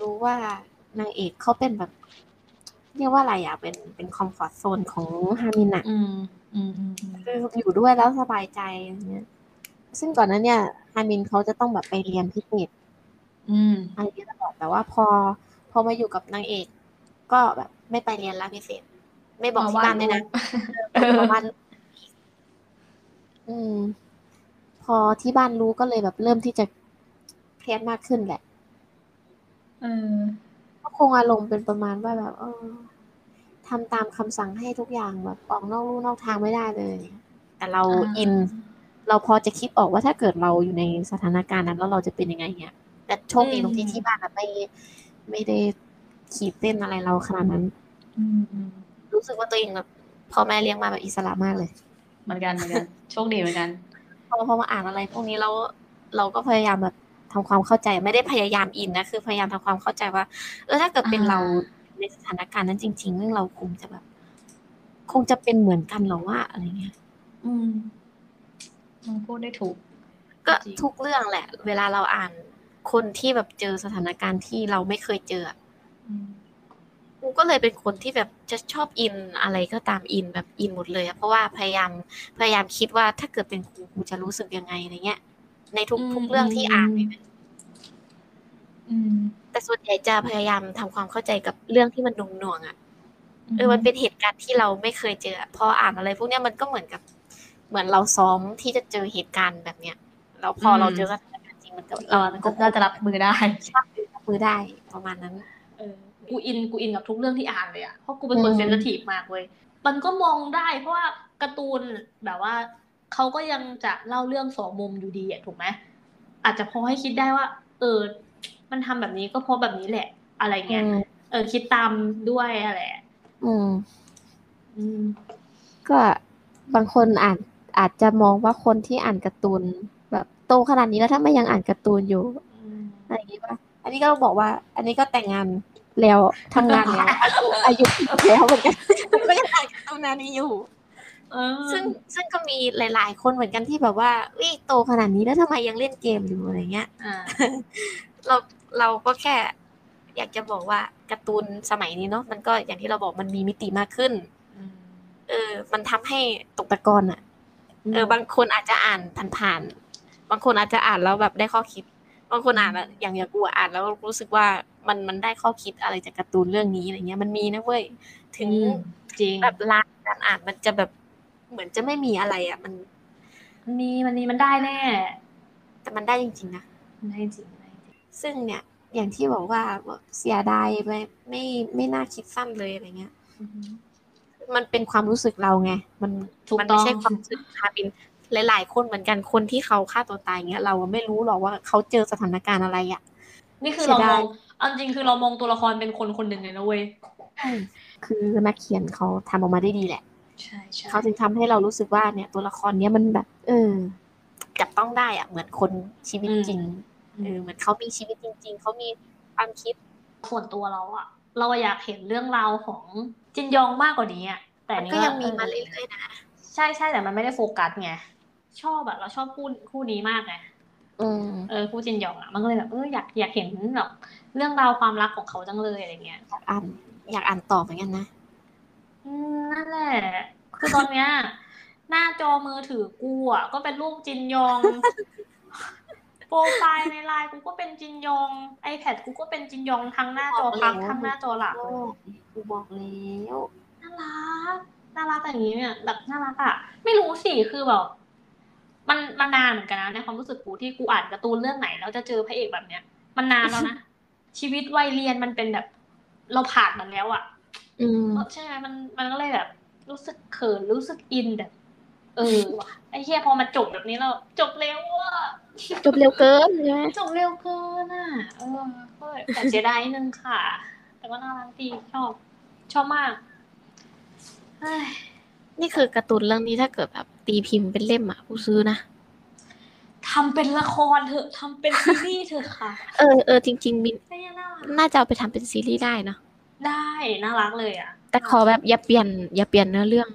รู้ว่านางเอกเขาเป็นแบบ เรียกว่าอะไรอะเป็นเป็นคอมฟอร์ทโซนของฮามินอะ อืมอืมอืมอืม คือ อยู่ด้วยแล้วสบายใจอย่างเงี้ย ซึ่งก่อนหนั้นเนี่ยฮามินเขาจะต้องแบบไปเรียนพิเศษ อืม อะไรอย่างเงี้ยตลอด แต่ว่าพอพอมาอยู่กับนางเอก ก็แบบไม่ไปเรียนแล้วพิเศษ ไม่บอกที่บ้านด้วยนะ เออ ประมาณ อืม พอที่บ้านรู้ก็เลยแบบเริ่มที่จะเครียดมากขึ้นแหละ เออ ก็คงอารมณ์เป็นประมาณว่าแบบเออทำตามคำสั่งให้ทุกอย่างแบบออกนอกลู่นอกทางไม่ได้เลย แต่เราอิน เราพอจะคิดออกว่าถ้าเกิดเราอยู่ในสถานการณ์นั้น แล้วเราจะเป็นยังไงเงี้ย แต่โชคดีตรงที่ที่บ้านอะไม่ไม่ได้ขีดเส้นอะไรเราขนาดนั้น อืมอืม รู้สึกว่าตัวเองแบบพ่อแม่เลี้ยงมาแบบอิสระมากเลย เหมือนกันเหมือนกัน โชคดีเหมือนกัน พอพอมาอ่านอะไร พวกนี้เราเราก็พยายามแบบทำความเข้าใจไม่ได้พยายามอินนะคือพยายามทำความเข้าใจว่า เออถ้าเกิดเป็น อ่า เราในสถานการณ์นั้นจริงๆเรื่องเราคงจะแบบ คงจะเป็นเหมือนกันเหรอว่าอะไรเงี้ย อืมมันพูดได้ถูก ก็ จริง ทุกเรื่องแหละ เวลาเราอ่านคนที่แบบเจอสถานการณ์ที่เราไม่เคยเจออะ อืม กูก็เลยเป็นคนที่แบบจะชอบอินอะไรก็ตามอินแบบอินหมดเลยอะเพราะว่าพยายามพยายามคิดว่าถ้าเกิดเป็นกูกูจะรู้สึกยังไงอะไรเงี้ย ในทุกทุกเรื่องที่อ่าน อืม แต่ส่วนใหญ่จะพยายามทำความเข้าใจกับเรื่องที่มันหน่วงๆอ่ะ เออ มันเป็นเหตุการณ์ที่เราไม่เคยเจออะพออ่านอะไร พวกเนี้ยมันก็เหมือนกับ เหมือนเราซ้อมที่จะเจอเหตุการณ์แบบเนี้ย แล้วพอเราเจอสถานการณ์จริงมันก็ เราก็จะรับมือได้ รับมือได้ประมาณนั้น เออกูอินกูอินกับทุกเรื่องที่อ่านเลยอะเพราะกูเป็นคน อืม เซนซิทีฟมากเว้ยมันก็มองได้เพราะว่าการ์ตูนแบบว่าเขาก็ยังจะเล่าเรื่องสองมุมอยู่ดีอะถูกไหมอาจจะพอให้คิดได้ว่า เออ มันทำแบบนี้ก็เพราะแบบนี้แหละ อะไร อื เงี้ย ม เออคิดตามด้วยอะไร อืม อืม ก็บางคนอาจอาจจะมองว่าคนที่อ่านการ์ตูนแบบโตขนาดนี้แล้วถ้าไม่ยังอ่านการ์ตูนอยู่อะไรอย่างนี้ป่ะอันนี้ก็บอกว่า อันนี้ก็แต่งงานแล้วทำงาน <laughs> แล้วอายุอายุแล้วเหมือนกัน ก็ยังอ่านการ์ตูนนานี้อยู่ เออ ซึ่งซึ่งก็มีหลายๆ คนเหมือนกันที่แบบว่าวิโตขนาดนี้แล้วทำไมยังเล่นเกมอยู่อะไรเงี้ย อ่า เราเราก็แค่ อยากจะบอกว่าการ์ตูนสมัยนี้เนาะมันก็อย่างที่เราบอกมันมีมิติมากขึ้น อืม เออ มันทำให้ตกตะกอนอะ เออบางคนอาจจะอ่านผ่านๆ บางคนอาจจะอ่านแล้วแบบได้ข้อคิด บางคนอ่านอะอย่างอย่างกูอะอ่านแล้วรู้สึกว่ามันมันได้ข้อคิดอะไรจากการ์ตูนเรื่องนี้อะไรเงี้ยมันมีนะเว้ยถึง อืมจริง แบบร้านการอ่านมันจะแบบเหมือนจะไม่มีอะไรอะมัน มันมีมันมีมันได้แน่ แต่มันได้จริงๆนะ มันได้จริงมันได้จริง ซึ่งเนี่ยอย่างที่บอกว่าเสียดายไม่ไม่ไม่น่าคิดสั้นเลยอะไรเงี้ย อือฮึ มันเป็นความรู้สึกเราไง มัน ถูก มัไม่ใช่ ต้อง ความรู้สึกคาบินหลายๆ คนเหมือนกันคนที่เขาฆ่าตัวตายเงี้ยเราไม่รู้หรอกว่าเขาเจอสถานการณ์อะไรอะ นี่คือ เสียเราม ดาย องเอาจริงคือเรามองตัวละครเป็นคนคนหนึ่งเลยนะเว้ย คือนักเขียนเขาทำออกมาได้ดีแหละ ใช่ใช่ เขาถึงทำให้เรารู้สึกว่าเนี่ยตัวละครเนี้ยมันแบบ เออ จับต้องได้อะเหมือนคนชีวิตจริงเออเหมือนเขามีชีวิตจริง ๆเขามีความคิด ส่วนตัวเราอะเราอยากเห็นเรื่องราวของจินยองมากกว่านี้อะแต่ มัน นี่ ก็ยังมีมา เออ เรื่อยๆนะ ใช่ใช่แต่มันไม่ได้โฟกัสไงชอบอะเราชอบคู่คู่นี้มากไง อืม เออคู่จินยองอะมันก็เลยแบบเอออยากอยากเห็นแบบเรื่องราวความรักของเขาจังเลยอะไรเงี้ย อยากอ่านอยากอ่านต่อเหมือนกันนะ อืมนั่นแหละ คือตอนเนี้ย หน้าจอมือถือกูอ่ะ ก็เป็นรูปจินยอง โปรไฟล์ในไลน์กูก็เป็นจินยอง iPad กูก็เป็นจินยองทั้งหน้าจอพักทั้งหน้าจอหลัก โอ้ เลย กูบอกแล้ว น่ารัก น่ารักอย่างนี้เนี่ยแบบน่ารักอ่ะ ไม่รู้สิ คือแบบ มันมันนานเหมือนกันนะในความรู้สึกกูที่กูอ่านการ์ตูนเรื่องไหนแล้วจะเจอพระเอกแบบเนี้ย มันนานแล้วนะ ชีวิตวัยเรียนมันเป็นแบบ เราผ่านมันแล้วอ่ะ อืม เออใช่ไหมมันมันก็เลยแบบ รู้สึกเขินรู้สึกอินแบบเออว่ะไอ้เหี้ยพอมาจบแบบนี้แล้วจบเร็วว่ะ จบเร็วเกินใช่ไหม จบเร็วเกินอ่ะเออก็แต่เสียดายนิดนึงค่ะ แต่ว่าน่ารักดีชอบ ชอบมากเฮ้ย นี่คือการ์ตูนเรื่องนี้ถ้าเกิดแบบตีพิมพ์เป็นเล่มอะกูซื้อนะ ทำเป็นละครเถอะทำเป็นซีรีส์เถอะค่ะ เออเออจริงๆมิน ไอ้เหี้ยน่ารัก น่าจะเอาไปทำเป็นซีรีส์ได้เนอะ ได้น่ารักเลยอ่ะ แต่ขอแบบอย่าเปลี่ยน อย่าเปลี่ยนเนื้อเรื่อง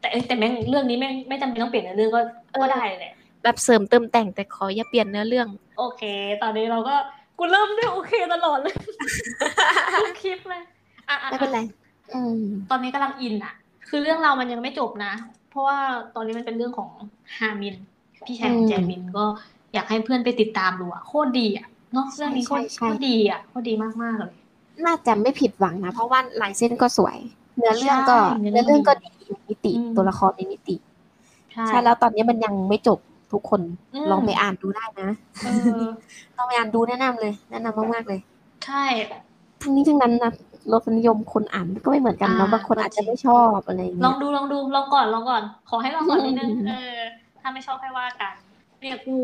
แต่เอ้ยแต่แม่งเรื่องนี้แม่งไม่จำเป็นต้องเปลี่ยนเนื้อเรื่องก็ก็ได้แหละ แบบเสริมเติมแต่งแต่ขออย่าเปลี่ยนเนื้อเรื่อง โอเค ตอนนี้เราก็กูเริ่มด้วยโอเคตลอดเลย ทุกคลิปเลยอ่ะอ่ะ ไม่เป็นไร อืม ตอนนี้กำลังอินอ่ะ คือเรื่องเราวมันยังไม่จบนะ เพราะว่าตอนนี้มันเป็นเรื่องของฮามิน พี่ชายของ อืม แจมินก็อยากให้เพื่อนไปติดตามดูอ่ะโคตรดีอ่ะเนาะเรื่องนี้โคตร ใช่ใช่ โคตรดีอ่ะโคตรดีมากมากๆเลย น่าจะไม่ผิดหวังนะ เพราะว่าลายเส้นก็สวย เนื้อเรื่องก็ ใช่เนื้ เนื้ อ อ เรื่ เรื่ อ อง ง ก็ ก็ ดี ดีมีมิติ อืม ตัวละครมีมิติ ใช่ ใช่แล้วตอนนี้มันยังไม่จบทุกคน อืม ลองไปอ่านดูได้นะ เออ ลองไปอ่านดูแนะนำเลย แนะนำมากๆเลย ใช่ ทั้งนี้ทั้งนั้นนะรสนิยมคนอ่านก็ไม่เหมือนกันเนาะบางคนอาจจะไม่ชอบอะไรอย่าง ล เงี้ อย งดูลองดูลองก่อนลองก่อน ขอให้ลองก่อนนิดนึงเออ ถ้าไม่ชอบให้ว่ากัน เนี่ยกู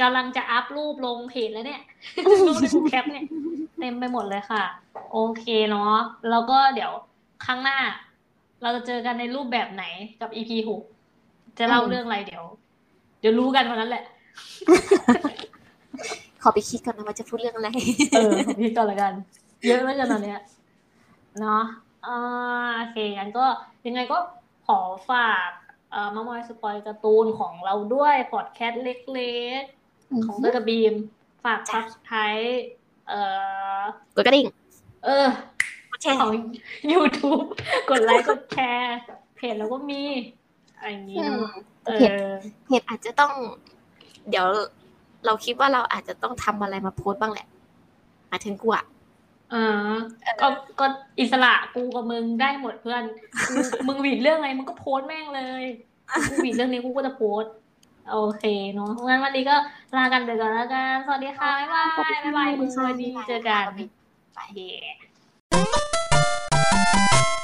กำลังจะอัพรูปลงเพจแล้วเนี่ย รูปในกูแคปเนี่ย เต็มไปหมดเลยค่ะ โอเคเนาะแล้วก็เดี๋ยวครั้งหน้า เราจะเจอกันในรูปแบบไหนกับ EP หกจะเล่า อืม เรื่องอะไรเดี๋ยว เดี๋ยวรู้กันวันนั้นแหละ <laughs> ขอไปคิดก่อนนะว่าจะพูดเรื่องอะไร เออของพี่ก่อนละกัน เยอะแล้วกันตอนเนี้ยเนาะอ่าโอเคงั้นก็ยังไงก็ขอฝากเอ่อมามอยสปอยการ์ตูนของเราด้วยพอดแคสต์เล็กๆ ของเตอร์กับบีม ฝากซั จ้ะ บสไครต์เอ่อ กดกระดิ่ง เออ กดแชร์ ของ YouTube กดไลค์กดแชร์เพจเราก็มีอะไรอย่างนี้เนาะเอ เพจ อ เพจอาจจะต้อง เดี๋ยวเราคิดว่าเราอาจจะต้องทำอะไรมาโพสต์บ้างแหละหมายถึงกูอะ อ่าก็ก็อิสระกูกับมึงได้หมดเพื่อนกูมึงหวีดเรื่องอะไรมึงก็โพสต์แม่งเลยกูหวีดเรื่องนี้กูก็จะโพสต์โอเคเนาะงั้นวันนี้ก็ลากันเดี๋ยวก่อนแล้วกันสวัสดีค่ะบ๊ายบาขอบคุณค่ะยบ๊ายบายมึง บ๊ายบาย วันนี้เจอกัน บ๊ายบาย ไป